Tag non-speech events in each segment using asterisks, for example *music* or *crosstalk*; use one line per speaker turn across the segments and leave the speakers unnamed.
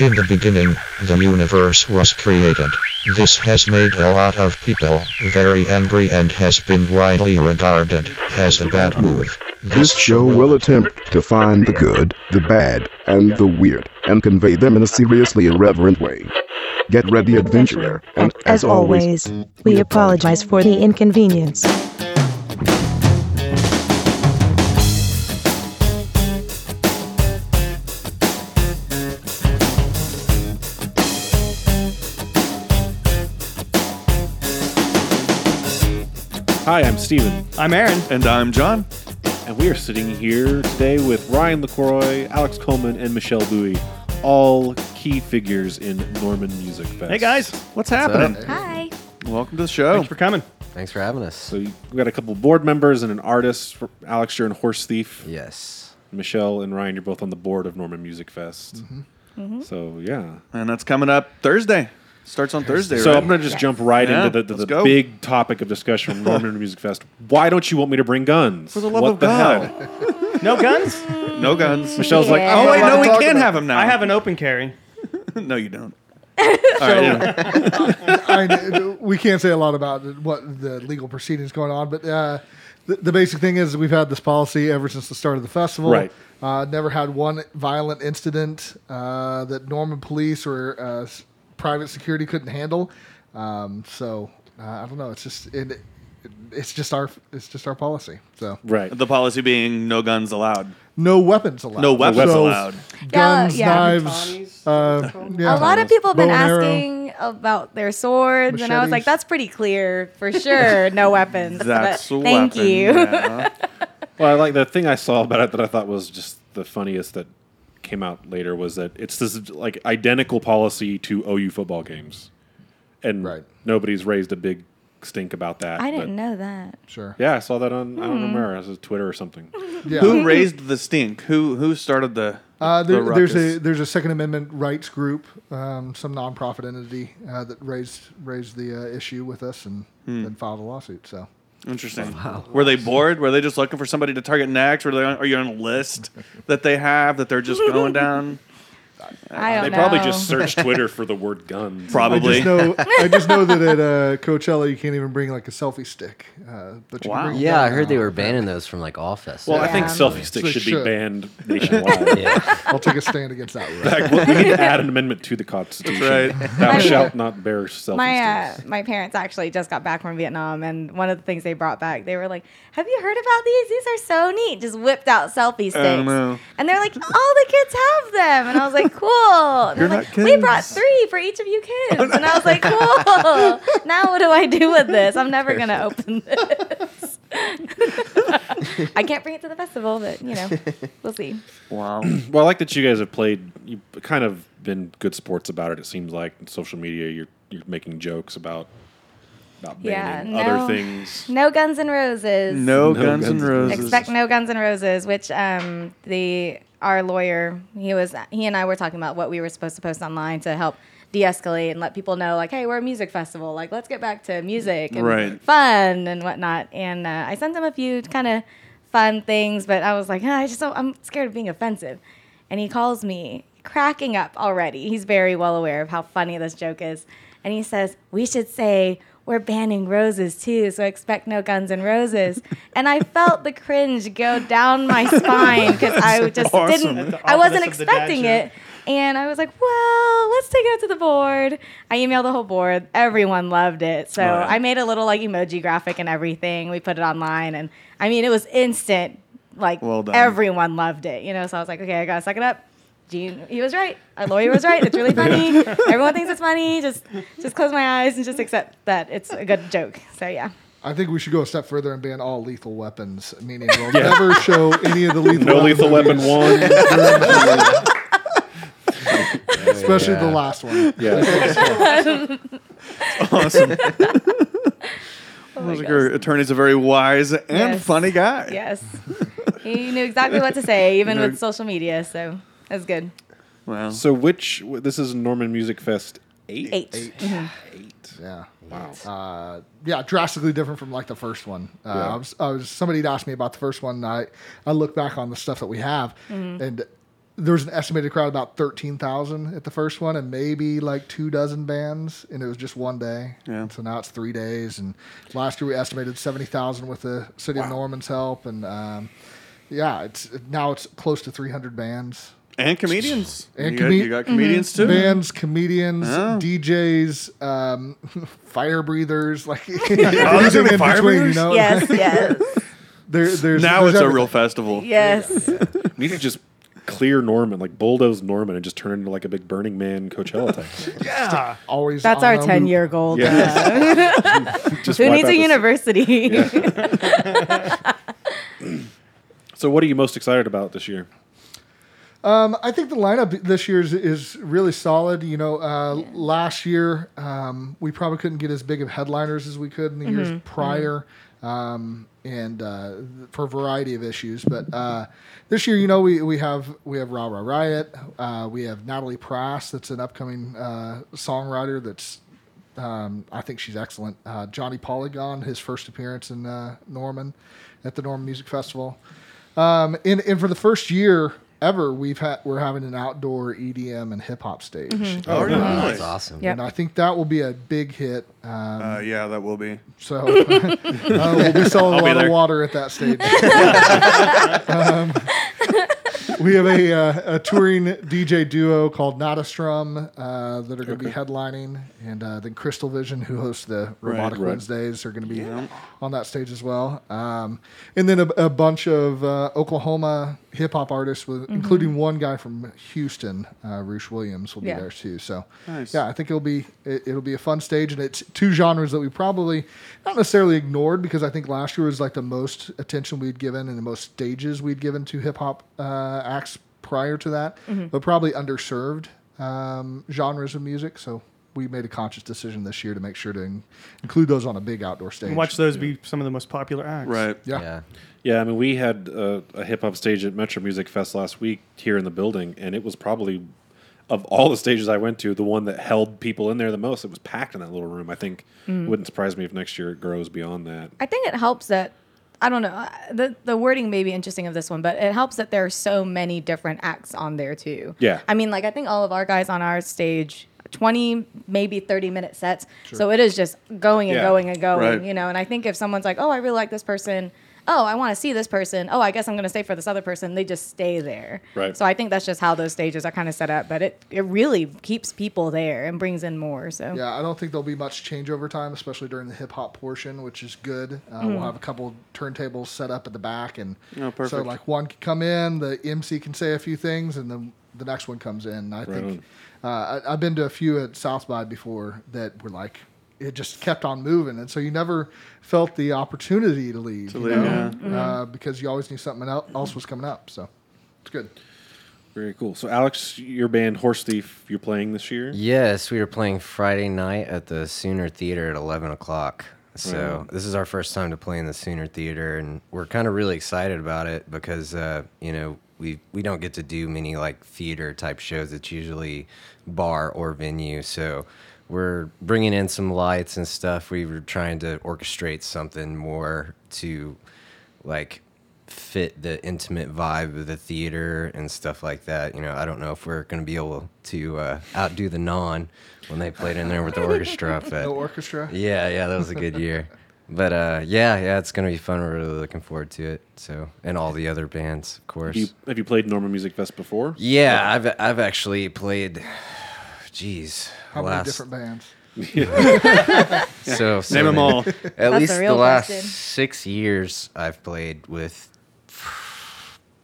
In the beginning, the universe was created. This has made a lot of people very angry and has been widely regarded as a bad move.
This show will attempt to find the good, the bad, and the weird, and convey them in a seriously irreverent way. Get ready, adventurer, and
As always, we apologize for the inconvenience.
Hi, I'm Steven.
I'm Aaron.
And I'm John.
And we are sitting here today with Ryan LaCroix, Alex Coleman, and Michelle Bowie, all key figures in Norman Music Fest.
Hey guys, what's happening?
Hi.
Welcome to the show.
Thanks for coming.
Thanks for having us.
So you- we got a couple board members and an artist. Alex, you're in Horse Thief.
yes.
Michelle and Ryan, you're both on the board of Norman Music Fest.
Mm-hmm.
Mm-hmm.
So yeah.
And that's coming up Thursday. Starts on Thursday,
So
right?
I'm gonna just jump right
Yeah,
into the, the,
let's
the
go.
big topic of discussion
*laughs*
from Norman Music Fest. Why don't you want me to bring guns? For
the love
what
of
the
God.
hell?
No guns?
no guns.
Michelle's like,
Yeah.
oh
Oh wait,
wait,
no, we
no,
can have them now.
I have an open carry.
no, you
*laughs*
don't.
I, we can't say a lot about what the legal proceedings going on, but uh, the, the basic thing is we've had this policy ever since the start of the festival.
Right.
Uh, never had one violent incident uh, that Norman police or uh, s- private security couldn't handle. Um, so uh, I don't know. It's just it, it's just our it's just our policy. So
right.
*laughs* The policy being no guns allowed.
no weapons allowed.
No weapons
So
allowed.
Guns,
Yeah, yeah.
knives. Uh, yeah.
A lot of people have been
Bow and arrow.
asking about their swords, and I was like,
Machetes.
that's pretty clear for sure. No weapons.
That's
but
a
thank
weapon,
you.
yeah.
Well, I like the thing I saw about it that I thought was just the funniest that came out later was that it's this like identical policy to OU football games, and
Right.
nobody's raised a big stink about that.
*laughs* I
but-
didn't know Hmm. that.
Sure.
Yeah, I saw that on I don't remember it was Twitter or something.
*laughs*
Yeah.
Who raised the stink? Who who started the?
Uh, there,
the
there's a
ruckus?
there's a Second Amendment rights group, um, some nonprofit entity uh, that raised raised the uh, issue with us and then filed a lawsuit. So
interesting. Were they bored? Were they just looking for somebody to target next? Were they? On, are you on a list that they have that they're just going down?
I don't
They
know.
probably just
Oh.
searched Twitter for the *laughs* word guns.
Probably.
I just know I just know that at uh, Coachella you can't even bring like a selfie stick. Uh, but you
Wow.
can bring
Yeah, I heard they were banning those from like all festivals.
Well, I think
Yeah.
selfie sticks
They
should, be *laughs*
should.
banned nationwide.
yeah.
I'll take a stand against that.
*laughs*
One.
Like, well, we need to add an amendment to the Constitution.
*laughs* Right.
*laughs* Thou shalt not bear selfie
my uh,
sticks.
my parents actually just got back from Vietnam, and one of the things they brought back, they were like, "Have you heard about these? These are so neat!" Just whipped out selfie sticks,
no.
and they're like, "All the kids have them," and I was like,
*laughs*
"Cool." And
You're
they're
not
like, We brought
kids. Oh,
three for each
*laughs*
of you kids, and I was like, "Cool." now what do I do with this? I'm never gonna
*laughs*
open this. *laughs* I can't bring it to the festival, but you know, we'll see.
*clears throat* Wow.
Well, I like that you guys have played. You've kind of been good sports about it. It seems like in social media, you're you're making jokes about about
Yeah,
banning
no.
other things.
No guns and roses.
No,
No
guns,
Guns
and
N'
roses.
expect no guns and roses which um the our lawyer he was he and i were talking about what we were supposed to post online to help de-escalate and let people know like hey we're a music festival like let's get back to music and
Right.
fun and whatnot and uh, i sent him a few kind of fun things but i was like "Ah, i just don't, i'm scared of being offensive and he calls me cracking up already he's very well aware of how funny this joke is and he says we should say we're banning roses too so expect no guns
*laughs*
and roses and i felt the cringe go down my spine because i just
awesome.
didn't
the
i wasn't
awfulness of the dad
expecting
joke.
it and I was like, well, let's take it up to the board. I emailed the whole board. Everyone loved it. So
yeah.
I made a little like emoji graphic and everything. We put it online. And I mean, it was instant. Like,
Well done.
everyone loved it, you know? So I was like, okay, I got to suck it up. Gene, he was right. Our lawyer was right. It's
*laughs*
really funny. Everyone thinks it's funny. Just, just close my eyes and just accept that it's a good joke. So yeah.
I think we should go a step further and ban all lethal weapons, meaning we'll never show any of the lethal
No
Weapon
lethal weapon
movies,
one.
especially the last one.
yeah.
*laughs* Awesome. Sounds like your attorney's a very wise and
Yes.
funny guy.
Yes. he knew exactly what to say, even
No.
with social media. So that's good.
*laughs*
Wow.
So which this is Norman Music Fest eight.
Eight. Mm-hmm.
Yeah.
Wow.
uh, yeah, drastically different from like the first one. Uh, I was, I was somebody had asked me about the first one. And I I look back on the stuff that we have, and there was an estimated crowd about 13,000 at the first one and maybe like two dozen bands and it was just one day
Yeah.
so now it's three days and last year we estimated 70,000 with the city of norman's help and um, yeah it's now it's close to 300 bands
and comedians.
And
you,
comed-
got, you got comedians too.
bands comedians
Oh.
djs um, *laughs* fire breathers
*laughs*
like
Oh, there's gonna
everything
be
in
fire
between, you
breathers?
know?
Yes, yes,
There- there's,
Now
there's
it's a
every-
real festival.
yes.
need to just clear Norman, like bulldoze Norman, and just turn it into like a big Burning Man Coachella
*laughs*
type.
Yeah.
always
That's
on
our
a loop.
10 year goal.
Yeah. Just
Who
wipe
needs
out the-
a university?
So, what are you most excited about this year?
Um, I think the lineup this year is, is really solid. You know, uh, last year um, we probably couldn't get as big of headliners as we could in the years prior, um, and uh, th- for a variety of issues. But uh, this year, you know, we, we have we have Ra Ra Riot, uh, we have Natalie Prass, that's an upcoming uh, songwriter that's um, I think she's excellent. Uh, Johnny Polygon, his first appearance in uh, Norman at the Norman Music Festival. Um, and, and for the first year ever, we've had we're having an outdoor EDM and hip hop stage,
Oh, really?
Wow, that's awesome.
*laughs* Yeah.
and I think that will be a big hit. Um,
Uh, yeah, that will be.
*laughs*
so *laughs* uh, we'll be selling
I'll be
a lot
there.
of water at
*laughs*
that stage. um, we have a, uh, a touring DJ duo called Nadastrum uh, that are going to be headlining, and uh, then Crystal Vision, who hosts the Robotic
right.
Wednesdays, are going to be on that stage as well. Um, and then a, a bunch of uh, Oklahoma hip hop artists, with,
Mm-hmm.
including one guy from Houston, uh, Roosh Williams, will be
Yeah.
there too. So
Nice.
yeah, I think it'll be it, it'll be a fun stage, and it's two genres that we probably not necessarily ignored because I think last year was like the most attention we'd given and the most stages we'd given to hip hop uh, acts prior to that, but probably underserved um, genres of music. So we made a conscious decision this year to make sure to in- include those on a big outdoor stage.
Watch those be some of the most popular acts.
Right.
yeah.
Yeah.
Yeah, I mean, we had a, a hip hop stage at Metro Music Fest last week here in the building, and it was probably of all the stages I went to, the one that held people in there the most. It was packed in that little room. I think wouldn't surprise me if next year it grows beyond that.
I think it helps that I don't know uh, the the wording may be interesting of this one, but it helps that there are so many different acts on there too.
Yeah.
I mean, like I think all of our guys on our stage. 20 maybe 30 minute sets so it is just going and
Yeah.
going and going
Right.
you know and i think if someone's like oh i really like this person oh i want to see this person oh i guess i'm going to stay for this other person they just stay there
Right.
so i think that's just how those stages are kind of set up but it it really keeps people there and brings in more so
Yeah, I don't think there'll be much change over time, especially during the hip hop portion, which is good. Uh, We'll have a couple turntables set up at the back, and
Oh,
so
perfect.
like one can come in, the MC can say a few things, and then the next one comes in. I think uh, I, I've been to a few at South by before that were like it just kept on moving, and so you never felt the opportunity to leave, you
leave,
know?
yeah.
uh, because you always knew something el- else was coming up. So it's good.
Very cool. So, Alex, your band Horse Thief, you're playing this year.
Yes, we were playing Friday night at the Sooner Theater at 11 o'clock. So
Mm.
this is our first time to play in the Sooner Theater, and we're kind of really excited about it because uh, you know we we don't get to do many like theater type shows. It's usually bar or venue. So we're bringing in some lights and stuff. We were trying to orchestrate something more to like fit the intimate vibe of the theater and stuff like that. You know, I don't know if we're going to be able to uh, outdo the non when they played in there with the orchestra. But
No orchestra.
yeah, yeah, that was a good year. But uh, yeah, yeah, it's going to be fun. We're really looking forward to it. So, and all the other bands, of course.
Have you, have you played Norman Music Fest before?
yeah, I've I've actually played. *sighs* Jeez,
How many
last
different bands?
so, so
Name them
many.
all.
At
a
least the
real
last
question.
six years, I've played with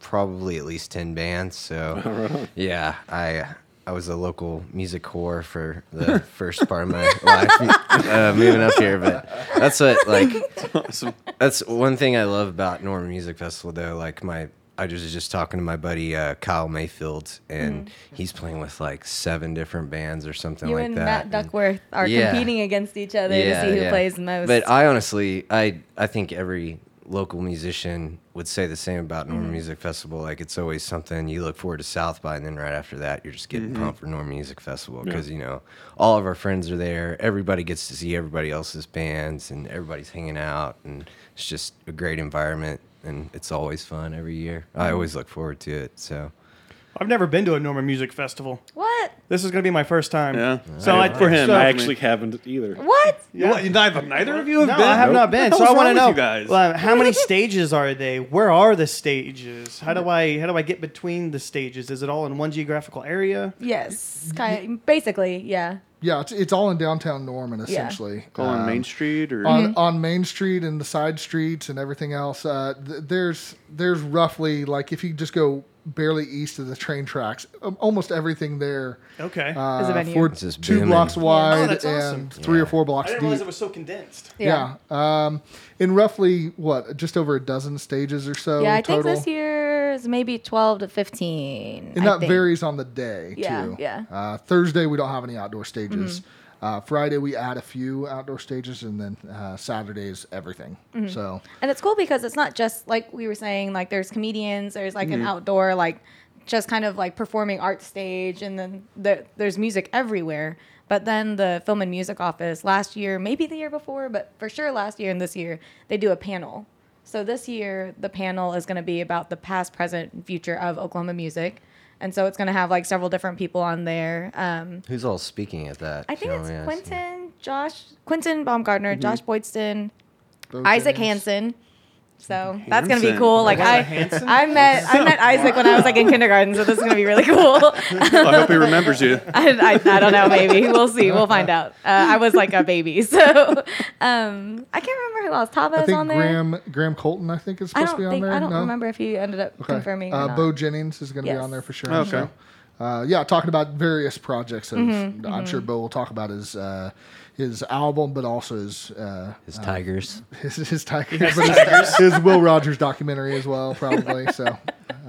probably at least ten bands.
*laughs*
So yeah, I I was a local music whore for the *laughs* first part of my life uh, moving up here, but that's what like
awesome.
that's one thing I love about Norman Music Festival, though. Like my, I was just talking to my buddy uh, Kyle Mayfield, and he's playing with like seven different bands or something
Mm. you
like
and
that.
Matt Duckworth are
Yeah.
competing against each other to see who plays the most.
But uh, I honestly, I I think every local musician would say the same about Norman
Mm-hmm.
Music Festival. Like it's always something you look forward to South by, and then right after that, you're just getting pumped for Norman Music Festival because you know all of our friends are there. Everybody gets to see everybody else's bands, and everybody's hanging out, and it's just
Mm-hmm.
a great environment. And it's always fun every year. I always look forward to it. So
I've never been to a Norman Music Festival.
What?
This is going to be my first time.
Yeah.
So I,
for him,
so-
I actually haven't either.
What?
What, neither, neither of you have
no,
been.
I have
Nope.
not been. So
What the
I
hell's
want to
wrong
know,
with you guys.
well, how
*laughs*
many stages are they? Where are the stages? How do I how do I get between the stages? Is it all in one geographical area?
Yes. Kind basically, yeah.
Yeah, it's, it's all in downtown Norman essentially.
Go on
Um,
Main Street or
Mm-hmm.
on, on Main Street and the side streets and everything else. Uh, th- there's there's roughly like if you just go barely east of the train tracks, um, almost everything there.
Okay.
Uh,
Is a venue.
for
This is
two
booming.
blocks
Yeah.
wide
Oh, that's awesome.
and three or four
I
blocks
didn't
deep.
realize it was so condensed.
yeah, um, in roughly what just over a dozen stages or so.
Yeah, I
total.
think this year is maybe 12 to 15.
And
I
that
think.
varies on the day
Yeah,
too.
yeah. Mm-hmm.
Uh, Thursday we don't have any outdoor stages. Uh, Friday we add a few outdoor stages, and then uh, Saturday is everything.
Mm-hmm.
So
And it's cool because it's not just like we were saying, like there's comedians, there's like an outdoor, like just kind of like performing art stage, and then there, there's music everywhere. But then the film and music office last year, maybe the year before, but for sure last year and this year, they do a panel. So this year, the panel is going to be about the past, present, and future of Oklahoma music. And so it's going to have like several different people on there. Um,
Who's all speaking at that?
I think
Oh,
Shall
it's
we ask?
Quentin, Josh, Quentin Baumgartner,
Mm-hmm.
Josh Boydston, Isaac Hansen. So that's gonna be
Hansen.
cool. Like I, I met
*laughs*
I met Isaac when I was like in kindergarten, so this is gonna be really cool. *laughs*
Well, I hope he remembers you.
I, I, I don't know, maybe we'll see, we'll find out. Uh, I was like a baby, *laughs* so um, I can't remember who else. Tava
I
is on
think
there.
Graham Graham Colton I think is
I
supposed
don't
to be on
think
there.
I don't
no?
remember if he ended up
Okay.
confirming. or
Uh,
not.
Bo Jennings is going to be
Yes.
on there for sure.
Okay.
So, uh, yeah, talking about various projects. Of,
Mm-hmm,
I'm sure Bo will talk about his uh, his album, but also his uh, *laughs*
His tigers.
his, his Tiger, but his, his Will Rogers documentary as well, probably.
*laughs*
So
A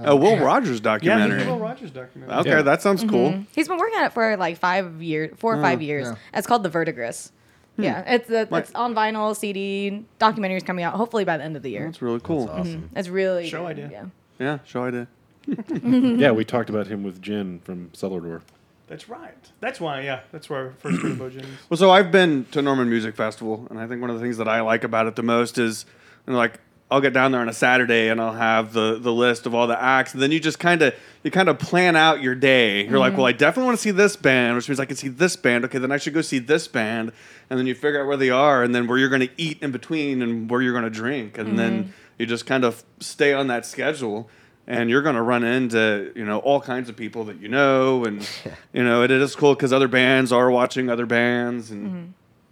Oh, Will Rogers
Yeah, the
documentary.
Will Rogers documentary. Mm-hmm.
okay, that sounds cool.
He's been working on it for like five years, four or five years.
yeah.
It's called The Vertigris. Yeah, it's a,
Right.
it's on vinyl, CD, documentaries coming out hopefully by the end of the year. Mm-hmm.
That's really cool.
Awesome.
It's really
Show
good,
idea.
Yeah.
Yeah, sure I did.
*laughs* Yeah, we talked about him with Jen from Cellar Door.
That's right. That's why. Yeah, that's where I first heard of Bo Jennings.
Well, so I've been to Norman Music Festival, and I think one of the things that I like about it the most is, you know, like, I'll get down there on a Saturday and I'll have the the list of all the acts, and then you just kind of you kind of plan out your day. You're like, well, I definitely want to see this band, which means I can see this band. Okay, then I should go see this band, and then you figure out where they are, and then where you're going to eat in between, and where you're going to drink, and then you just kind of stay on that schedule. and you're going to run into you know all kinds of people that you know
*laughs*
and you know it is cool because other bands are watching other bands and
Mm-hmm.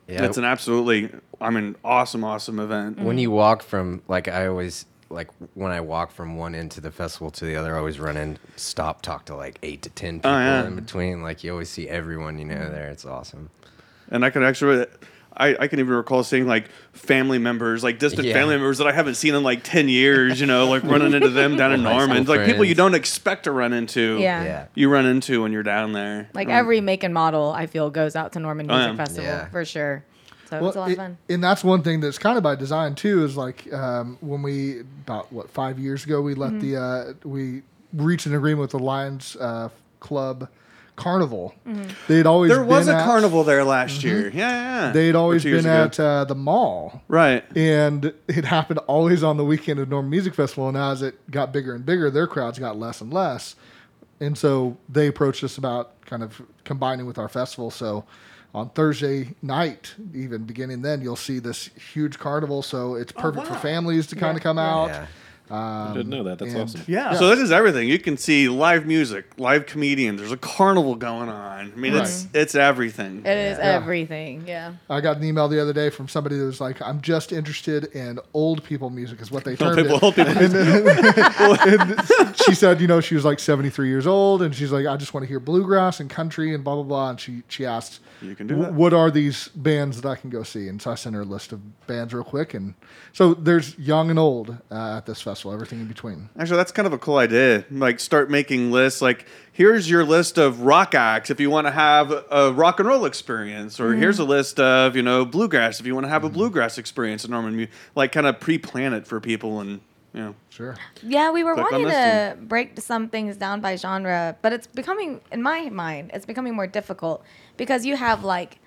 Yeah.
it's an absolutely i mean awesome awesome event
Mm.
when you walk from like I always like when I walk from one end to the festival to the other, I always run in, stop, talk to like eight to ten people
Oh, yeah.
in between. Like you always see everyone you know there. It's awesome.
and i can actually I, I can even recall seeing like family members, like distant
Yeah.
family members that I haven't seen in like ten years. You know, like running into them down
*laughs*
in
High school
Norman, like people you
friends.
don't expect to run into.
Yeah.
Yeah.
you run into when you're down there.
Like
Um,
every make and model, I feel, goes out to Norman
Oh,
Music
yeah.
Festival
Yeah.
for sure. So it's a lot
it-
of fun.
And that's one thing that's kind of by design too. Is like um, when we about what five years ago we let
Mm-hmm.
the uh, we reached an agreement with the Lions uh, Club Carnival.
Mm-hmm.
They had always
there was a
been at-
carnival there last year. Yeah, yeah, yeah.
They had
Or
always
two years
been
ago.
at uh, the mall.
right.
And it happened always on the weekend of Norman Music Festival. And as it got bigger and bigger, their crowds got less and less. And so they approached us about kind of combining with our festival. So on Thursday night, even beginning then, you'll see this huge carnival. So it's perfect for families to kind of come out.
Yeah.
I didn't know that. That's
and-
awesome.
Um, Yeah.
So this is everything. You can see live music, live comedians. There's a carnival going on. I mean, it's it's everything.
It is everything. Yeah.
I got an email the other day from somebody that was like, "I'm just interested in old people music," is what they termed
*laughs* people-
it.
old people
and, and she said, you know, she was like 73 years old, and she's like, "I just want to hear bluegrass and country and blah blah blah." And she she asked,
You can do
"W-
that."
What are these bands that I can go see? And so I sent her a list of bands real quick, and so there's young and old uh, at this festival, everything in between.
Actually, that's kind of a cool idea. Like, start making lists. Like, here's your list of rock acts if you want to have a rock and roll experience, or
Mm-hmm.
here's a list of you know bluegrass if you want to have a bluegrass experience. And Norman, Mu- like, kind of pre-plan it for people, and you know,
Sure.
Yeah, we were
Click on
wanting
this
to break some things down by genre, but it's becoming, in my mind, it's becoming more difficult because you have like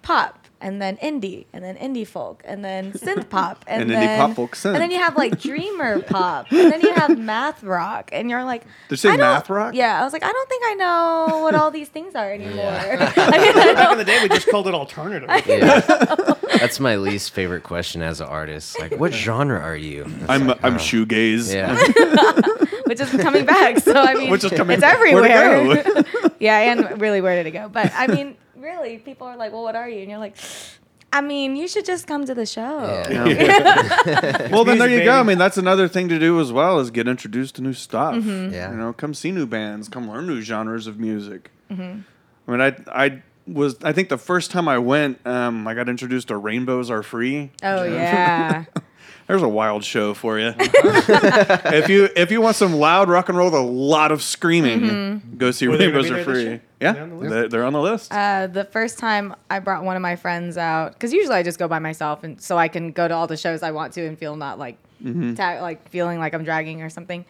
pop and then indie and then indie folk
*laughs*
and then synth pop and,
And indie
then
pop folk synth.
and then you have like
*laughs*
dreamer pop and then you have math rock and you're like
They're saying
I don't-
math rock?
yeah I was like I don't think I know what all these
*laughs*
things are anymore *laughs*
Back in the day, we just called it alternative.
Yeah. That's my least favorite question as an artist. Like, what genre are you? It's
I'm
like,
I'm
oh,
shoegaze.
Yeah.
which is coming back so I
*laughs*
mean
Which is coming
it's
back. Where'd it
everywhere *laughs* yeah and really where did it go but I mean *laughs* really people are like well what are you and you're like I mean you should just come to the show
*laughs*
Yeah.
*laughs* well, then there you
music,
go. I
baby.
mean, that's another thing to do as well is get introduced to new stuff.
Mm-hmm.
Yeah.
You know, come see new bands, come learn new genres of music. I mean, I I was I think the first time I went, um, I got introduced to Rainbows Are Free.
oh yeah *laughs*
There's a wild show for you. *laughs* if you if you want some loud rock and roll with a lot of screaming, go see
they gonna
Rainbows
be
Are
there this
Free.
year?
Yeah,
They're on the list?
they're, they're on the list.
Uh, the first time I brought one of my friends out, because usually I just go by myself, and so I can go to all the shows I want to and feel not like ta- like feeling like I'm dragging or something.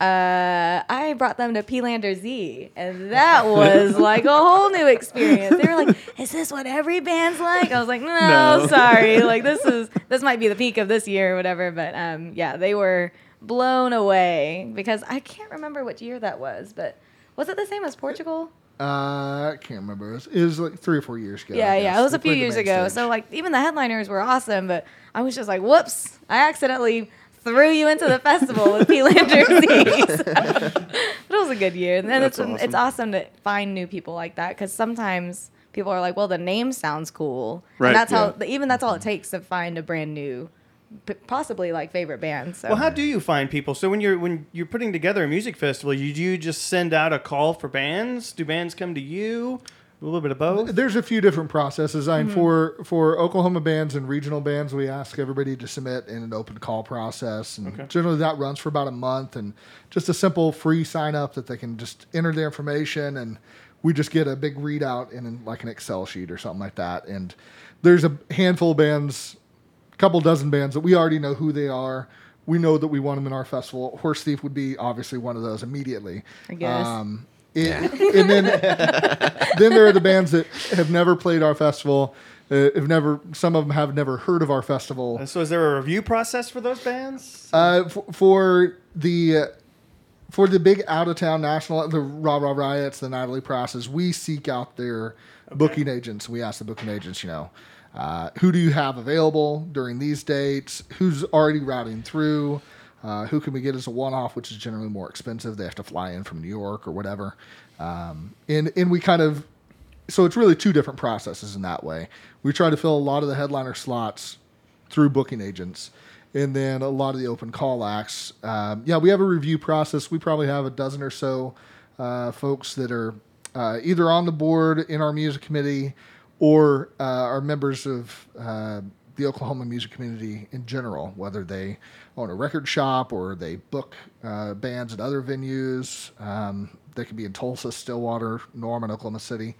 Uh, I brought them to P-Lander Z, and that was like a whole new experience. They were like, "Is this what every band's like?" I was like, "No,
No.
*laughs* sorry. Like this is this might be the peak of this year or whatever." But um, yeah, they were blown away because I can't remember which year that was, but was it the same as Portugal?
Uh, I can't remember. It was, it was like three or four years ago. I
Yeah, yeah.
guess.
It was
They
a few
played the
years
main
ago.
stage.
So like even the headliners were awesome, but I was just like, whoops, I accidentally threw you into the festival with P Lander *laughs* so, But it was a good year. And then
That's
it's it's awesome to find new people like that because sometimes people are like, Well, the name sounds cool.
Right,
And that's how
yeah.
even that's all it takes to find a brand new p- possibly like favorite band. So
Well, how do you find people? So when you're when you're putting together a music festival, you do you just send out a call for bands? Do bands come to you? A little bit of both.
There's a few different processes. I mean, for for Oklahoma bands and regional bands, we ask everybody to submit in an open call process, and generally that runs for about a month, and just a simple free sign up that they can just enter their information, and we just get a big readout in an- like an Excel sheet or something like that. And there's a handful of bands, a couple dozen bands that we already know who they are. We know that we want them in our festival. Horse Thief would be obviously one of those immediately.
I guess.
Um, it- and then *laughs* then there are the bands that have never played our festival. Uh, have never. Some of them have never heard of our festival.
And Uh, so is there a review process for those bands?
Uh, for, for the uh, for the big out of town national, the Rah Rah Riots, the Natalie Prices, we seek out their booking agents. We ask the booking agents, you know, uh, who do you have available during these dates? Who's already routing through? Uh, who can we get as a one off, which is generally more expensive? They have to fly in from New York or whatever. Um, and, and we kind of, so it's really two different processes in that way. We try to fill a lot of the headliner slots through booking agents. And then a lot of the open call acts. Um, yeah, we have a review process. We probably have a dozen or so uh, folks that are uh, either on the board in our music committee or uh, are members of uh, the Oklahoma music community in general, whether they own a record shop or they book uh, bands at other venues. Um, they could be in Tulsa, Stillwater, Norman, Oklahoma City.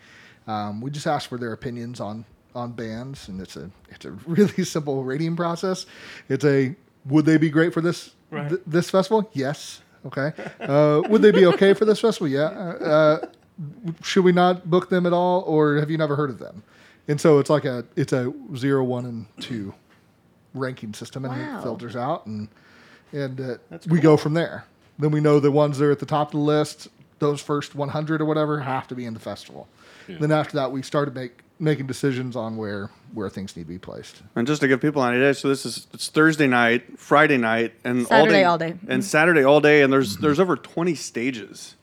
Um, we just ask for their opinions on on bands, and it's a it's a really *laughs* simple rating process. It's a would they be great for this th- this festival? Yes. Okay. Uh, would they be okay for this festival? Yeah. Uh, uh, should we not book them at all, or have you never heard of them? And so it's like a it's a zero, one, and two ranking system, and
Wow.
it filters out, and and uh, we go from there. Then we know the ones that are at the top of the list, those first 100 or whatever, have to be in the festival. Then after that, we start to make making decisions on where where things need to be placed.
And just to give people an idea, so this is it's Thursday night, Friday night, and
Saturday
all
all
day,
day. Mm-hmm.
and Saturday all day, and
Mm-hmm.
there's there's over twenty stages.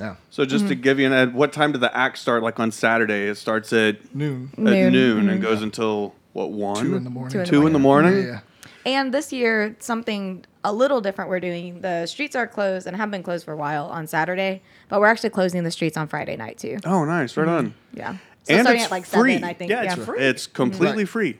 Yeah,
So just
Mm-hmm.
to give you an at what time did the act start? Like on Saturday, it starts at at
noon,
noon,
Noon. Mm-hmm.
and goes until what one?
two in the morning.
Two in the
Two in the
Yeah,
morning?
yeah.
And this year, something a little different we're doing. The streets are closed and have been closed for a while on Saturday, but we're actually closing the streets on Friday night too.
Oh, nice, right on.
Yeah.
And
Mm-hmm. starting
it's
at like
free.
seven, I think.
Yeah, it's free.
It's completely
Right.
free.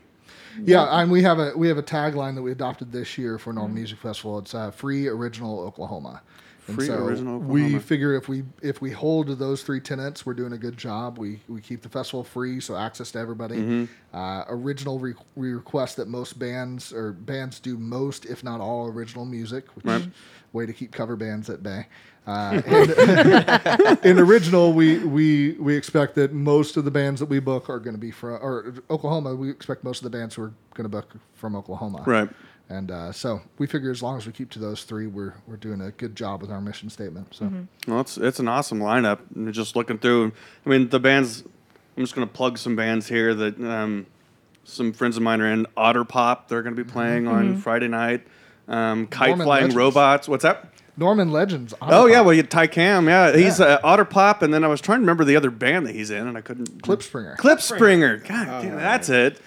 Yeah, and we have a we have a tagline that we adopted this year for Normal Music Festival. It's uh, free original Oklahoma. And
Free
so
original
we
Oklahoma.
figure if we if we hold to those three tenets, we're doing a good job. We we keep the festival free, so access to everybody. Uh, original re- we request that most bands or bands do most, if not all, original music, which is a way to keep cover bands at bay. Uh, in- *laughs* in original, we, we we expect that most of the bands that we book are going to be from or Oklahoma. We expect most of the bands who are going to book from Oklahoma.
Right.
And uh, so we figure as long as we keep to those three, we're we're doing a good job with our mission statement. So
Well, it's it's an awesome lineup. And just looking through, I mean, the bands. I'm just gonna plug some bands here that um, some friends of mine are in. Otter Pop, they're gonna be playing on Friday night. Um, Kite
Mm-hmm. Mormon
Flying
Legends.
Robots. What's that?
Norman Legends.
Oh
Honor
yeah,
Pop,
well, you Ty Cam. Yeah, he's uh, Otter Pop, and then I was trying to remember the other band that he's in, and I couldn't.
Clipspringer.
Clip Springer. God,
Oh,
damn, that's it.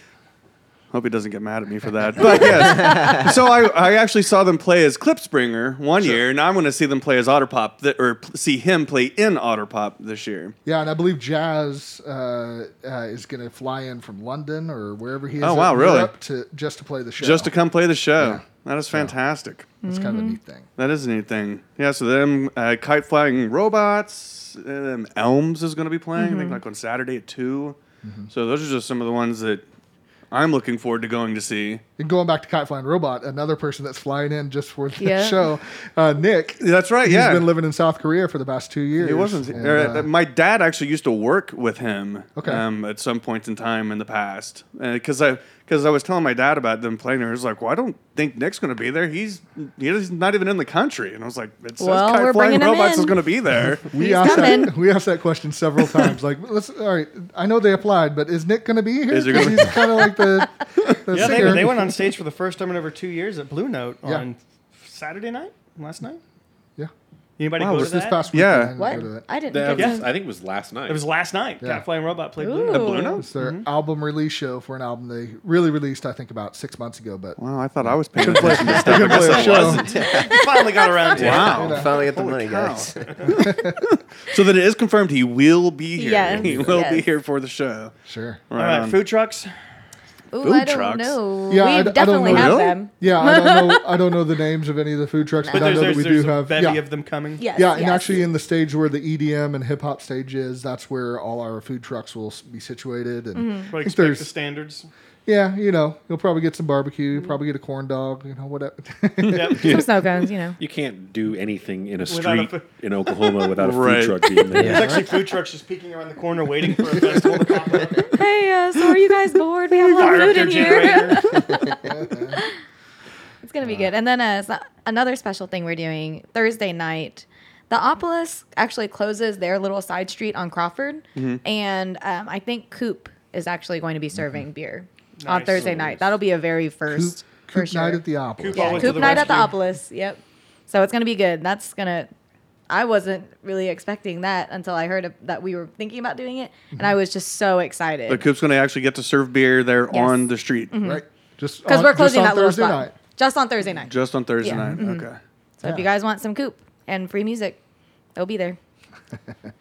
Hope he doesn't get mad at me for that. But yes. so I, I actually saw them play as Clip Springer one year. Now I'm going to see them play as Otter Pop, that, or p- see him play in Otter Pop this year.
Yeah, and I believe Jazz uh, uh, is going to fly in from London or wherever he is.
Oh,
in
wow, really?
Europe To just to play the show.
Just to come play the show. That is fantastic.
It's kind of
Mm-hmm.
a neat thing.
That is a neat thing. Yeah, so them uh, kite flying robots, um, Elms is going to be playing,
Mm-hmm.
I think, like on Saturday at 2. So those are just some of the ones that I'm looking forward to going to see.
And going back to Kite Flying Robot, another person that's flying in just for the
Yeah.
show, uh, Nick.
That's right,
He's
yeah.
been living in South Korea for the past two years.
He wasn't.
And,
uh,
uh,
*laughs*
my dad actually used to work with him.
Okay.
Um, at some point in time in the past, because I because I was telling my dad about them playing there. He was like, "Well, I don't think Nick's going to be there. He's he's not even in the country." And I was like, "It says
Well,
Kite
we're
Flying
bringing him
Robots is
in."
going to be there."
*laughs* we
He's
asked
coming.
that. We asked that question several times. Like, let's. All right, I know they applied, but is Nick going to be here?
Is he
'Cause
gonna-
he's kind of
*laughs*
like the, the
Yeah, they,
singer.
they went on stage for the first time in over two years at Blue Note
Yeah.
on Saturday night, last night.
yeah,
Anybody
it
go to
was this
that?
past
Yeah.
weekend. I
What?
didn't go to that.
I
*laughs*
didn't.
That
get
was-
to-
I think it was last night.
It was last night.
Yeah.
Cat Flying Robot played Blue
Ooh.
Note.
It's their
Mm-hmm.
album release show for an album they really released, I think, about six months ago. But
Wow, I thought I was paying attention to stuff. I guess I wasn't.
*laughs* Finally got around to it.
Wow.
Finally got the
Holy
money,
cow.
guys. *laughs*
So then it is confirmed he will be here. *laughs*
Yes,
He will be
yes.
here for the show.
sure.
All right,
on.
food trucks.
Ooh,
food
I don't
trucks.
know.
Yeah, I
we
d- I don't
definitely
know.
have
Really?
them.
Yeah,
*laughs*
I don't know. I don't know the names of any of the food trucks, but,
But
I
there's,
know that
there's,
we
there's
do
a
have.
bevy
Yeah,
of them coming.
Yes,
yeah, and
yes.
actually, in the stage where the EDM and hip hop stage is, that's where all our food trucks will s- be situated. And
Mm-hmm.
I
But
think
expect the
there's,
*laughs*
standards.
yeah, you know, you'll probably get some barbecue,
Mm-hmm.
you'll probably get a corn dog, you know, whatever.
some snow
*laughs*
cones, you know.
You can't do anything in a
Without a
street in Oklahoma without a
Right.
food truck being there.
There's actually food trucks just peeking around the corner, waiting for
*laughs*
a festival to pop up.
Hey, uh, so are you guys bored? We have a lot of
Fire up
food
their
in here.
generator.
It's gonna be good. And then uh, so- another special thing we're doing Thursday night. The Opolis actually closes their little side street on Crawford,
Mm-hmm.
and um, I think Coop is actually going to be serving beer on
Nice.
Thursday night. That'll be a very
Coop,
first for
Coop *laughs*
sure.
night at the Opera.
Coop
yeah,
Always to
Coop
the
night at the
rescue.
Opolis. Yep. So it's gonna be good. That's gonna. I wasn't really expecting that until I heard of, that we were thinking about doing it,
Mm-hmm.
and I was just so excited.
The coop's going to actually get to serve beer there
Yes. Mm-hmm.
on the street
right? Just
Because
on-
we're
just
closing
on
that little
Thursday
spot.
night.
Just on Thursday night.
just on Thursday
Yeah. Mm-hmm.
night. Okay.
so if you guys want some coop and free music, they'll be there.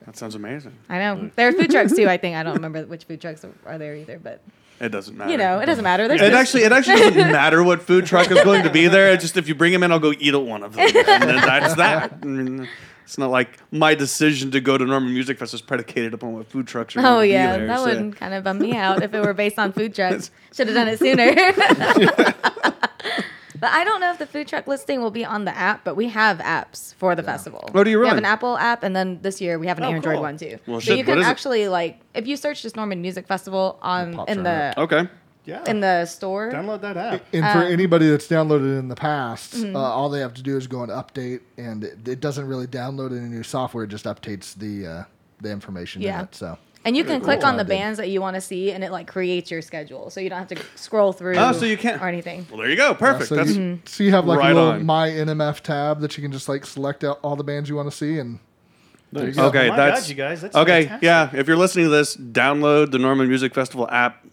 That sounds amazing.
I know. There are food trucks too, I think.
*laughs*
I don't remember which food trucks are there either, but
It doesn't matter.
you know, it doesn't matter. There's
It
food-
actually, it actually
*laughs*
doesn't matter what food truck is going to be there. It's just if you bring them in, I'll go eat at one of them, and then that's that. I mean, it's not like my decision to go to Norman Music Fest is predicated upon what food trucks are. going
Oh
to
yeah,
be there,
that
so-
would kind of bum me out if it were based on
*laughs*
food trucks. Should have done it sooner. but I don't know if the food truck listing will be on the app, but we have apps for the festival.
Oh, do you
We have
really?
an Apple app, and then this year we have an
Oh,
Android
cool.
one too.
Well,
so
shit,
you
what
can
is it?
actually like if you search just Norman Music Festival on
pops
in
right
the
Okay.
Yeah.
in the store.
Download that app.
And for anybody that's downloaded in the past, uh, all they have to do is go and update, and it, it doesn't really download any new software. It just updates the uh, the information
Yeah.
in it. So
And you can click on the
idea.
bands that you want to see, and it like creates your schedule, so you don't have to scroll through.
Oh, so you can't-
or anything.
Well, there you go. Perfect.
so
that's
you, so you have like
right
a little
on.
My NMF tab that you can just like select out all the bands you want to see, and
okay.
Oh my
that's
God, you guys, that's
okay.
fantastic.
Yeah. If you're listening to this, download the Norman Music Festival app.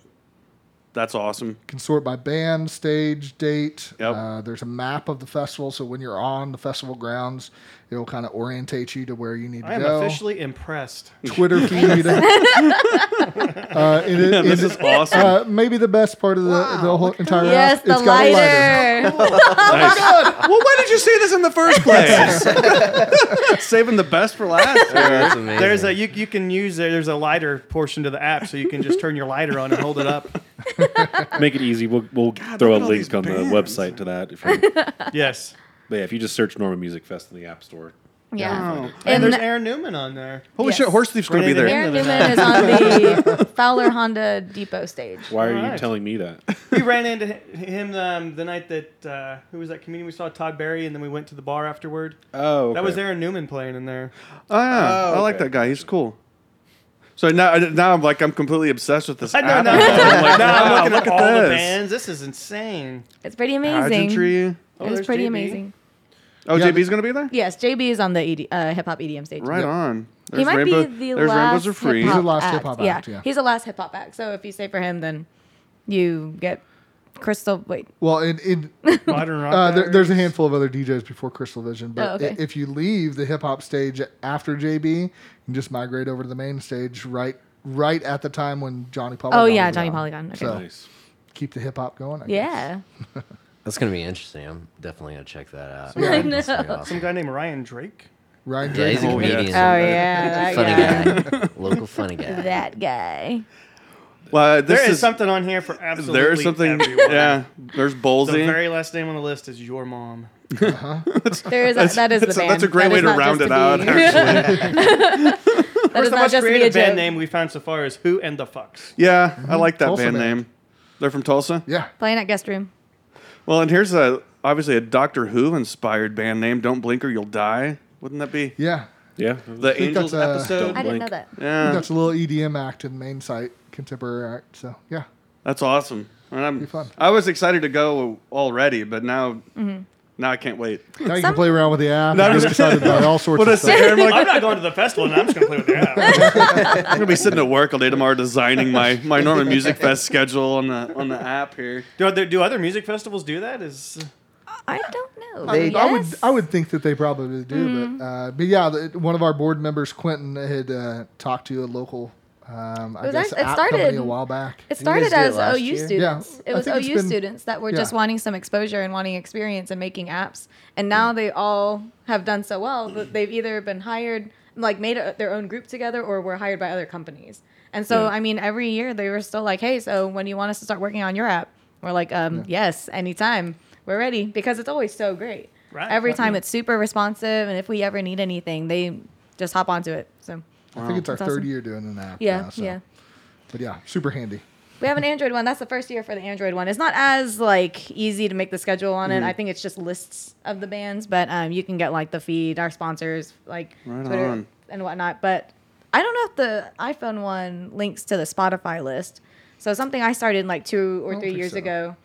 That's awesome.
can sort by band, stage, date.
Yep.
Uh, there's a map of the festival, so when you're on the festival grounds, it'll kind of orientate you to where you need
I
to
am
go.
officially impressed.
*laughs*
Twitter *laughs* feed. uh, and it-
This
*laughs*
and-
is awesome.
Uh, maybe the best part of the, the whole entire
Yes,
app.
the
it's got a
*laughs*
lighter.
Nice. Oh Well, why did you say this in the
*laughs*
first place?
*laughs*
Saving the best for last.
That's amazing.
There's a you, you can use a, there's a lighter portion to the app, so you can just turn your lighter on and hold it up.
Make it easy. We'll, we'll throw a
look at all
link
these
on the
bands. *laughs*
website to that. If you, but
Yes.
yeah, if you just search Norman Music Fest in the App Store,
Yeah.
Oh,
And
And
there's
th-
Aaron Newman on there.
*laughs* Holy
Yes.
shit, Horse Thief's going to be
Renee the
there.
Bear.
Aaron Newman is
*laughs*
on the Fowler Honda Depot stage.
Why are you
Alright.
telling me that?
*laughs* we ran into hi- him um, the night that uh, who was that comedian we saw Todd Barry, and then we went to the bar afterward.
Oh,
That was Aaron Newman playing in there.
Oh yeah,
Oh,
I like
okay.
that guy. He's cool. So now, uh, now I'm like I'm completely obsessed with this.
I know
app. *laughs*
now. I'm like,
Wow,
now I'm looking at
look at
all the
this.
bands. This is insane.
It's pretty amazing.
pageantry.
Oh,
it was
there's
pretty
JB.
amazing.
Oh,
Yeah,
JB's gonna be there.
Yes, JB is on the ED, uh, hip hop EDM stage.
Right on. There's
he might
rainbow,
be the
There's
last
rainbows are free.
He's
hip-hop
the last
act.
hip-hop
yeah.
act, yeah.
he's the last hip hop act. So if you say for him, then you get Crystal. Wait,
Well, in, in
Modern rock.
*laughs*
uh, there, there's a
artists.
handful of other DJs before Crystal Vision, but
Oh, okay.
i- if you leave the hip hop stage after JB, you can just migrate over to the main stage right right at the time when Johnny Polygon.
Oh, yeah,
was
Johnny
out.
Polygon. Okay.
So
nice.
keep the hip hop going. I guess.
yeah, Oh,
That's gonna be interesting. I'm definitely gonna check that out.
Yeah. I
That's gonna be awesome.
Some guy named Ryan Drake.
Ryan
Yeah,
Drake.
he's a
Oh, yeah.
comedian.
oh yeah, that
Funny
guy,
guy. Local funny guy.
*laughs* that guy.
Well, Uh, this
There is,
is
something on here for absolutely
There is something.
everyone.
Yeah. There's
The
Bolsey.
very last name on the list is your mom.
There is a, that is
that's,
the
a-
band.
that's a great
That
way
is
to
not
round
just
it
to
out.
be-
Actually.
*laughs* that
the
is not
most
just to be a
creative band
joke.
name we found so far is Who and the Fucks.
Yeah, I like that
Tulsa
band
band.
name. They're from Tulsa.
Yeah.
Playing at guest room.
Well, and here's a obviously a Doctor Who inspired band name. Don't blink or you'll die. Wouldn't that be
Yeah. uh,
Yeah.
the
think
Angels
that's a-
episode?
Don't-
I didn't know
Blank.
that.
I think
Yeah,
that's a little EDM act in main site, contemporary art. So yeah.
that's awesome. And I'm,
fun.
I was excited to go already, but now now I can't wait.
Now you
Some-
can play around with the app. and
I'm
get
just-
excited
*laughs*
about all sorts
What a
of stuff.
second! I'm, like,
I'm not going to the festival, and I'm just going to play with their app.
I'm gonna be sitting at work all day tomorrow designing my my Norman Music Fest schedule on the on the app here.
Do other, do other music festivals do that? Is
I don't know.
I would- I would
Yes? Mm-hmm.
I would think that they probably do, but uh, but yeah, the, one of our board members, Quentin, had uh, talked to a local. Um, I
was
guess
act- it
app
started-
company a while back.
you
It
guys
started
do it
as
last
OU
year?
students.
Yeah,
it
I
was
think it's
OU
been-
students that were just
yeah.
wanting some exposure and wanting experience and making apps. And now they all have done so well that they've either been hired, like made a, their own group together, or were hired by other companies. And so,
Yeah.
I mean, every year they were still like, hey, so when do you want us to start working on your app? We're like, um, yes, anytime. We're ready because it's always so great.
Right.
Every time it's super responsive. And if we ever need anything, they just hop onto it. So,
I think it's our
That's
third
awesome.
year doing an app.
yeah,
now, so-
yeah.
But yeah, super handy.
We have an Android one. That's the first year for the Android one. It's not as like easy to make the schedule on
Mm-hmm.
it. I think it's just lists of the bands, but um, you can get like the feed, our sponsors, like
Right
Twitter
on.
and whatnot. But I don't know if the iPhone one links to the Spotify list. So something I started like two or
don't
three
think
years
so.
ago.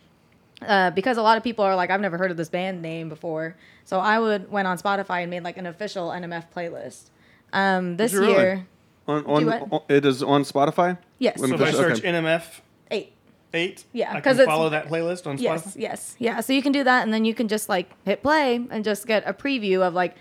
Uh, because a lot of people are like, I've never heard of this band name before. So I would went on Spotify and made like an official NMF playlist. Um, this
you really?
year,
On, on,
Do it.
on- it is on Spotify.
Yes.
When
so if I
official-
search
okay.
NMF
eight.
eight,
Yeah,
I
'cause
can
it's-
follow that playlist on Spotify.
Yes, yes, yeah. So you can do that, and then you can just like hit play and just get a preview of like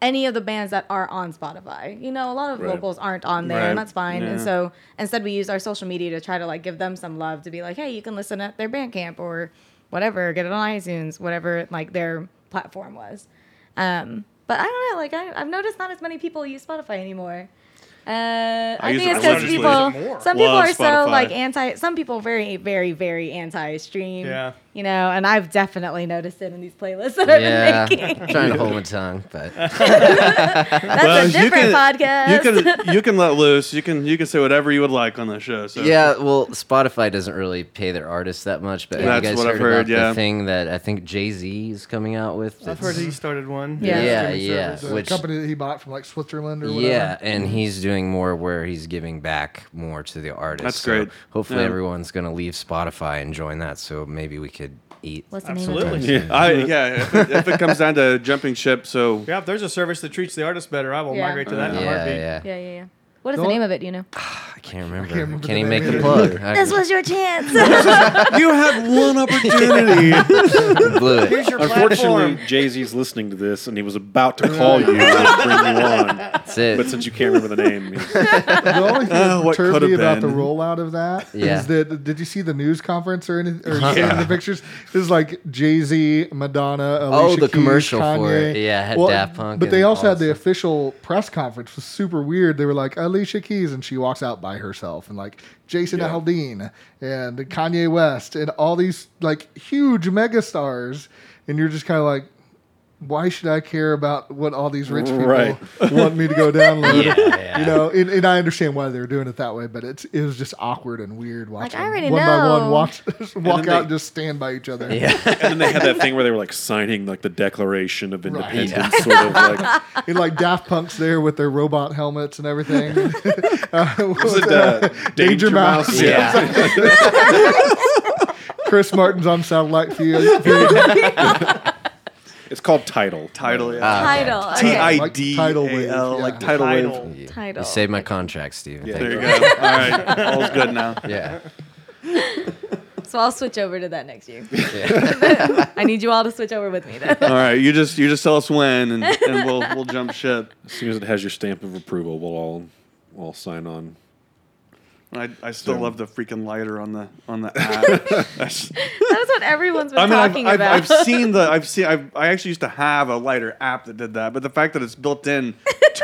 any of the bands that are on Spotify. You know, a lot of
Right.
locals aren't on there,
Right.
and that's fine. And
Yeah.
so instead, we use our social media to try to like give them some love to be like, hey, you can listen at their Bandcamp or whatever, get it on iTunes, whatever like their platform was. Um, but I don't know, like I, I've noticed not as many people use Spotify anymore. Uh, I,
use
think
it
it's because
religiously.
people,
Use it more.
some people
Love
are so
Spotify.
like anti. Some people very, very, very anti-stream.
Yeah.
You know, and I've definitely noticed it in these playlists that
Yeah,
I've been making.
I'm *laughs* trying to hold my tongue, but
That's
Well,
a different podcast.
You can you can let loose. You can you can say whatever you would like on the show. So
yeah. Well, Spotify doesn't really pay their artists that much, but
That's
have you guys
what I've
heard,
heard,
about
yeah.
the thing that I think Jay Z is coming out with.
I've heard
It's-
he started one.
Yeah.
yeah,
Streaming
yeah.
service, a
Which
company that he bought from like Switzerland or whatever.
Yeah, and he's doing more where he's giving back more to the artist.
That's
So
great.
hopefully
Yeah.
everyone's going to leave Spotify and join that. So maybe we could eat.
What's the name of
Absolutely.
it?
Yeah.
I yeah. If it, if it comes down to jumping ship, so
if there's a service that treats the artist better, I will
Yeah.
migrate to that in a
yeah,
heartbeat.
yeah,
Yeah, yeah, yeah. What is the
Don't-
name of it? Do you know?
I can't remember.
can't remember
Can
the
he make
name
the
either.
plug? I
This was
*laughs*
your chance.
you had one opportunity.
blew it.
Here's your platform.
Unfortunately, Jay Z's listening to this, and he was about to
*laughs*
call you and bring you on,
That's
*laughs*
it.
but since you can't remember the name, he's-
*laughs* The only thing
Oh,
that
what
perturbed
could've
me about the
been.
rollout
*laughs*
of that is
Yeah.
that did you see the news conference or anything? Or
Uh-huh.
see any of the pictures? It was like Jay Z, Madonna, Alicia
Oh, the
Keys,
commercial for
Kanye.
it. Yeah, it had Daft Punk
But they
and
also
all
had the
that
official press conference. It was super weird. They were like Alicia Keys, and she walks out by herself, and like Jason Aldean and Kanye West, and all these like huge megastars, and you're just kind of like. why should I care about what all these rich people
Right.
want me to go download?
Yeah, yeah.
*laughs* You know, and, and I understand why they were doing it that way, but it's it was just awkward and weird watching
I already
one by
know.
one watch *laughs* walk out
they-
and just stand by each other.
*laughs*
Yeah.
And then they had that thing where they were like signing like the Declaration of
Right.
Independence, sort of
*laughs*
like.
*laughs* And like Daft Punk's there with their robot helmets and everything.
*laughs*
*laughs* Uh, what was
Was it
that?
uh,
Danger
Danger
Mouse?
Mouse?
yeah.
Chris Martin's on satellite field. field,
*laughs* It's called Title.
Title, yeah.
Title.
T I
Ah. Okay.
Like
D
tidal wave,
A L,
yeah.
like tidal wave.
Title.
Title.
You saved my contract, Steve.
Yeah.
Thank
There you go. All right, all's good now.
Yeah.
So I'll switch over to that next year.
yeah.
*laughs* I need you all to switch over with
*laughs*
me. Though.
All right, you just you just tell us when, and, and we'll we'll jump ship.
As soon as it has your stamp of approval, we'll all all sign on.
I, I still
So-
love the freaking lighter on the on the app. That's-
That's what everyone's been
I mean, I've,
talking
I've,
about.
I've seen the I've seen I've, I actually used to have a lighter app that did that, but the fact that it's built in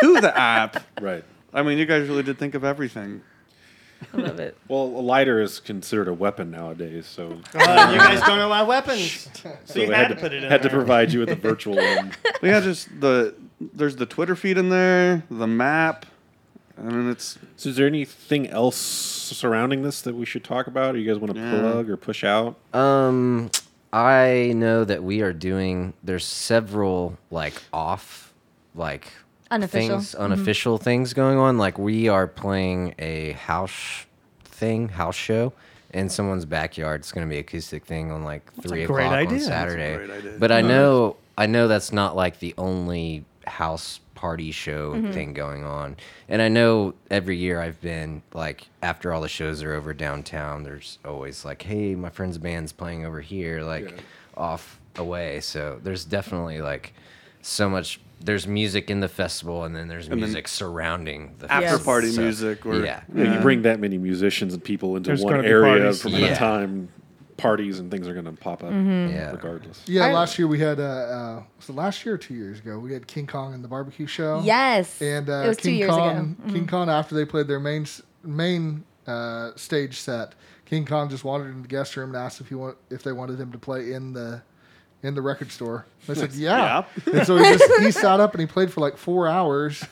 to the app,
Right.
I mean, you guys really did think of everything.
*laughs* I love it.
Well, a lighter is considered a weapon nowadays,
*laughs*
so
Uh, you guys don't allow weapons, so,
so
you
they
had, to put it in.
had to
there. *laughs*
provide you with a virtual one.
But yeah, just the there's the Twitter feed in there, the map. I mean, it's
So, is there anything else surrounding this that we should talk about, or you guys want to plug or push out?
Um, I know that we are doing. There's several like off, like
Unofficial.
things, unofficial things going on. Like we are playing a house thing, house show. In someone's backyard, it's going to be acoustic thing on like three
great
o'clock
idea.
on
That's a
Saturday.
great idea.
But I know, I know that's not like the only house party show
Mm-hmm.
thing going on. And I know every year I've been like, after all the shows are over downtown, there's always like, hey, my friend's band's playing over here, like off away. So there's definitely like so much. There's music in the festival, and then there's music surrounding the
after
Yes.
festival.
party
So-
music or
yeah.
You, know, you bring that many musicians and people into
There's
one
gonna be
area
parties.
from
Yeah.
the time parties and things are going to pop up
Yeah.
*laughs*
regardless.
yeah, last year we had uh, uh was it last year or two years ago we had King Kong and the barbecue show.
Yes.
and uh,
it was
King
two years
Kong,
ago. Mm-hmm.
King Kong after they played their main s- main uh, stage set, King Kong just wandered into the guest room and asked if he want if they wanted him to play in the in the record store. They said yeah, and so he just he *laughs* sat up and he played for like four hours,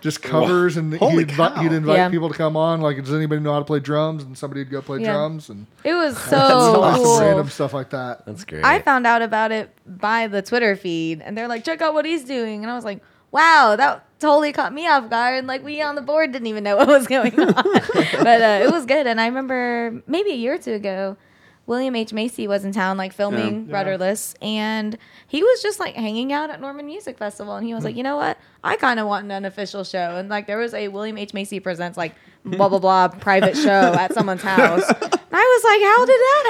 just covers, and
Holy
he'd, invi-
cow.
he'd invite
Yeah.
people to come on. Like, does anybody know how to play drums? And somebody'd go play
Yeah.
drums and *laughs*
It was
some
so
awesome
cool.
random stuff like that.
That's great.
I found out about it by the Twitter feed, and they're like, "Check out what he's doing," and I was like, "Wow, that totally caught me off guard." And like, we on the board didn't even know *laughs* what was going
*laughs*
on, but uh, it was good. And I remember maybe a year or two ago, William H Macy was in town, like filming Rudderless, and he was just like hanging out at Norman Music Festival, and he
Hmm.
was like, "You know what? I kind of want an unofficial show." And like, there was a William H Macy presents
*laughs*
like blah blah blah private show at someone's house. And I was like, how did that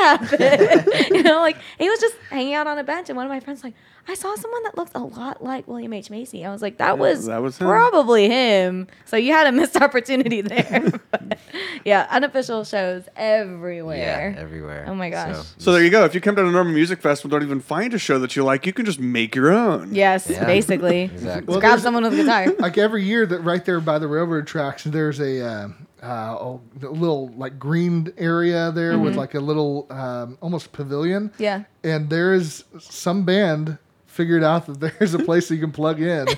happen? *laughs* you know, like he was just hanging out on a bench, and one of my friends was like, I saw someone that looked a lot like William H Macy. I was like, that was,
that was him.
probably him. So you had a missed *laughs* opportunity there. *laughs* But, yeah, unofficial shows everywhere.
yeah, everywhere.
Oh my gosh.
So there you go. If you come to the Norman Music Festival, don't even find a show that you like. You can just make your own.
yes,
Yeah.
basically.
*laughs* Exactly.
Well,
Grab
there's-
someone with a guitar.
like every year that right there by the railroad tracks there's a uh, uh, oh, a little like green area there with like a little um, almost pavilion
Mm-hmm. Yeah.
and there is some band figured out that *laughs* there's a place you can plug
*laughs*
in
Oh,
and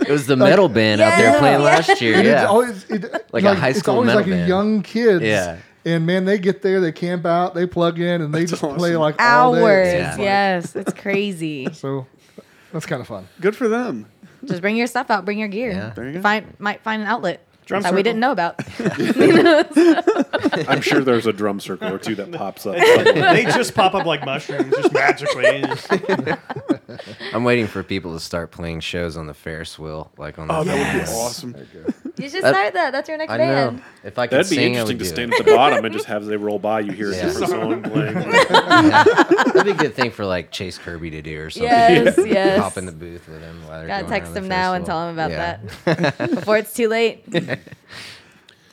It was the metal band out there
Yeah.
playing
*laughs* Yeah.
last year.
and
*laughs*
it's
Yeah.
always it,
Like a high
it's
school
always
metal
like a
band.
young kids
Yeah.
and man they get there they camp out they plug in and they just play
awesome.
like all day.
Hours.
Yeah.
Yes,
*laughs*
it's crazy.
so that's kind of fun
Good for them.
just bring your stuff out, bring your gear.
Yeah. There
you go.
Find might find an outlet
Drum
that we
circle.
didn't know about.
I'm sure there's a drum circle or two that pops up.
*laughs*
somewhere.
they just pop up like mushrooms, just
*laughs*
magically. Just-
I'm waiting for people to start playing shows on the Ferris wheel, like on.
Oh,
the
that would be awesome.
You should
That-
start that. That's your next
I
band.
*laughs* know. If I could
That'd be
sing, I
interesting
would
to
do
stand
it.
at the bottom and just have they roll by you hear a
Yeah.
different song playing.
That'd be a good thing for like Chase Kirby to do or something. *laughs*
Yes, yes.
Hop in the booth with him. While they're
Gotta
going
text
around the
him now and
Ferris
tell him
wheel.
about that before it's too
*laughs*
late.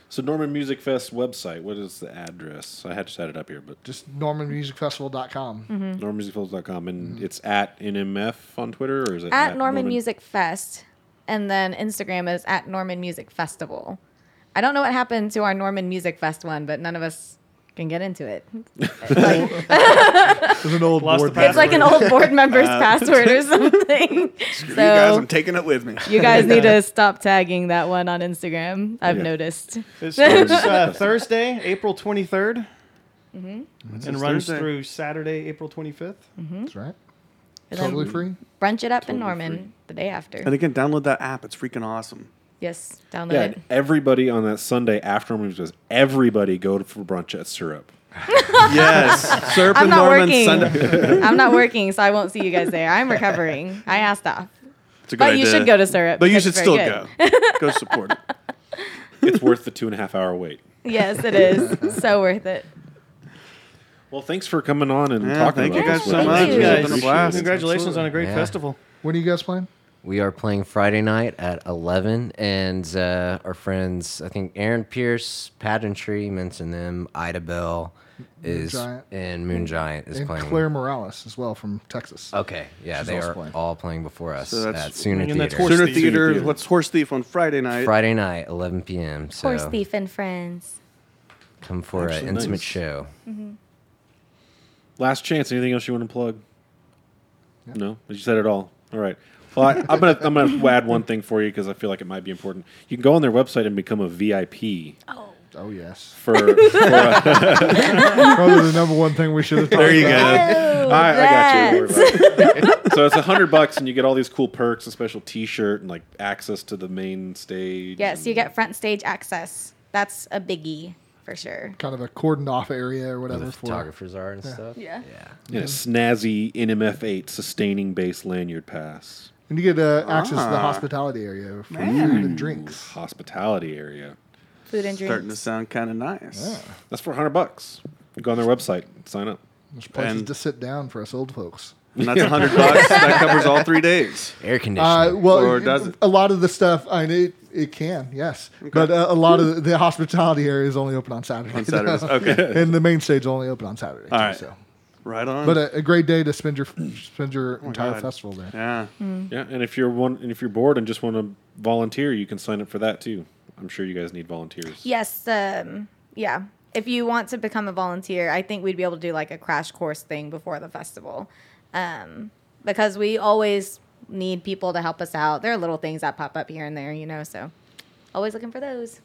So Norman Music Fest website, what is the address? I had to set it up here, but
just normanmusicfestival.com
Mm-hmm.
normanmusicfest.com and it's at NMF on Twitter or is it
at Norman Music Fest, and then Instagram is at Norman Music Festival. I don't know what happened to our Norman Music Fest one, but none of us can get into it.
There's an old
Lost
board
the
game.
It's like an old board member's password or something.
You guys,
so
I'm taking it with me.
you guys
*laughs*
need to stop tagging that one on Instagram. I've
Yeah.
noticed.
It starts uh,
*laughs*
Thursday, April 23rd, and runs
It's Mm-hmm. Thursday.
through Saturday, April 25th.
That's right.
And then
Totally free.
brunch it up in Norman the day after.
And again, download that app. It's freaking
*laughs*
awesome.
yes, download
Yeah,
it.
and everybody on that Sunday after movies goes, everybody go for brunch at Syrup.
Yes, Serp
I'm
and
not
Norman
working.
Sunday.
I'm not working, so I won't see you guys there. I'm recovering. I asked off.
It's a good
But you
idea.
should go to Syrup.
But you
It's
should
very
still
good.
go. Go
*laughs*
support it.
It's worth the two and a half hour wait.
Yes,
*laughs*
it is. so worth it.
Well, thanks for coming on and
Yeah,
talking
thank
about
you guys
this
so
with us.
much.
Thank
Really
you.
It's been
appreciate
a
it.
blast.
Congratulations on a great
Yeah.
festival.
What are you guys playing?
*laughs* We are playing Friday night at 11, and uh, our friends, I think Aaron Pierce, Pageantry, mentioned them, Ida Bell is,
Giant.
and Moon Giant is
And
playing.
Claire Morales as well from Texas.
Oh.
Okay, yeah,
She's
they
also
are
playing.
all playing before us
So that's-
at Sooner
And that's
Theater.
Horse
Sooner
Thief.
Theater.
Theater.
What's Horse Thief on Friday night?
Friday night, 11 p.m. So
Horse Thief
*laughs*
and Friends.
come for an
Actually,
intimate
nice.
show.
Last chance. Anything else you want to plug? No, you said it all. All right. Well, I, I'm gonna I'm gonna add one thing for you because I feel like it might be important. You can go on their website and become a VIP
Oh yes. *laughs*
for. for uh,
Probably the number one thing we should have
*laughs*
talked
There you
about.
go.
Oh,
I, I got you. Don't
that.
worry about it. so it's a hundred bucks and you get all these cool perks, a special T-shirt, and like access to the main stage.
Yes, you
and-
get front stage access. That's a biggie for sure.
Kind of a cordoned off area
Where
or whatever
the
for
photographers are and stuff.
Yeah.
and a snazzy NMF8 sustaining bass lanyard pass.
and you get uh,
Ah.
access to the hospitality area for food and drinks.
Hospitality area.
Food and
Starting to
drinks.
sound kind of nice.
That's for hundred bucks. You go on their website, sign up.
There's places
And-
to sit down for us old folks.
And that's a hundred bucks. that covers all three days.
Air
Uh,
conditioning.
well,
Or does it?
a lot of the stuff I mean, it, it can yes, but uh, a lot of the hospitality area is only open on Saturday.
On
*laughs*
Saturdays. Okay.
and the main stage is only open on Saturday.
All
too,
right.
so.
Right on.
But uh, a, a great day to spend your spend your entire
Oh God.
festival there.
yeah.
Yeah, and if you're one, and if you're bored and just want to volunteer, you can sign up for that too. I'm sure you guys need volunteers.
Yes. Um, yeah. If you want to become a volunteer, I think we'd be able to do like a crash course thing before the festival, um, because we always need people to help us out. There are little things that pop up here and there, you know. So always looking for those.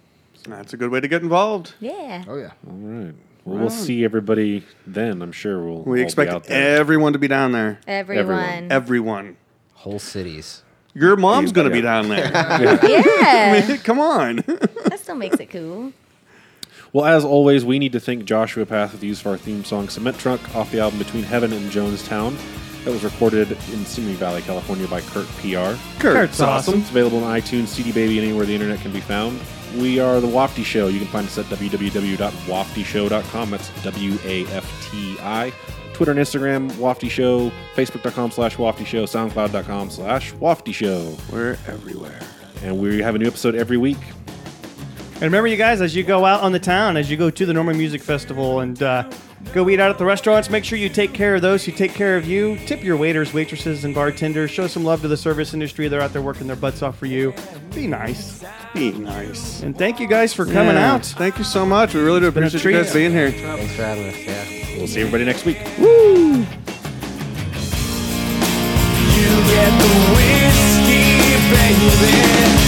That's a good way to get involved.
Yeah.
Oh yeah,
All right. Well, we'll see everybody then. I'm sure we'll. all
We
be out
expect
there.
everyone to be down there.
Everyone.
Everyone.
Whole cities.
Your mom's going to be down there. I *laughs*
yeah.
mean, Come on.
that still makes it cool.
Well, as always, we need to thank Joshua Path for the use of our theme song "Cement Truck" off the album "Between Heaven and Jonestown." That was recorded in Simi Valley, California, by Kurt PR.
Kurt's
awesome. It's available on iTunes, CD Baby, and anywhere the internet can be found. We are the Wafty Show. You can find us at www.waftyshow.com. That's W A F T I. Twitter and Instagram, Wafty Show, Facebook.com slash Wafty Show, SoundCloud.com slash Wafty Show.
We're everywhere.
And we have a new episode every week.
And remember, you guys, as you go out on the town, as you go to the Norman Music Festival and uh, go eat out at the restaurants, make sure you take care of those who take care of you. Tip your waiters, waitresses, and bartenders. Show some love to the service industry. They're out there working their butts off for you. Be nice.
Be nice.
And thank you guys for coming
Yeah.
out.
Thank you so much. We really do
been a
appreciate you guys
treat.
being here.
Thanks for having us. Yeah.
We'll see everybody next week.
You get the whiskey, baby.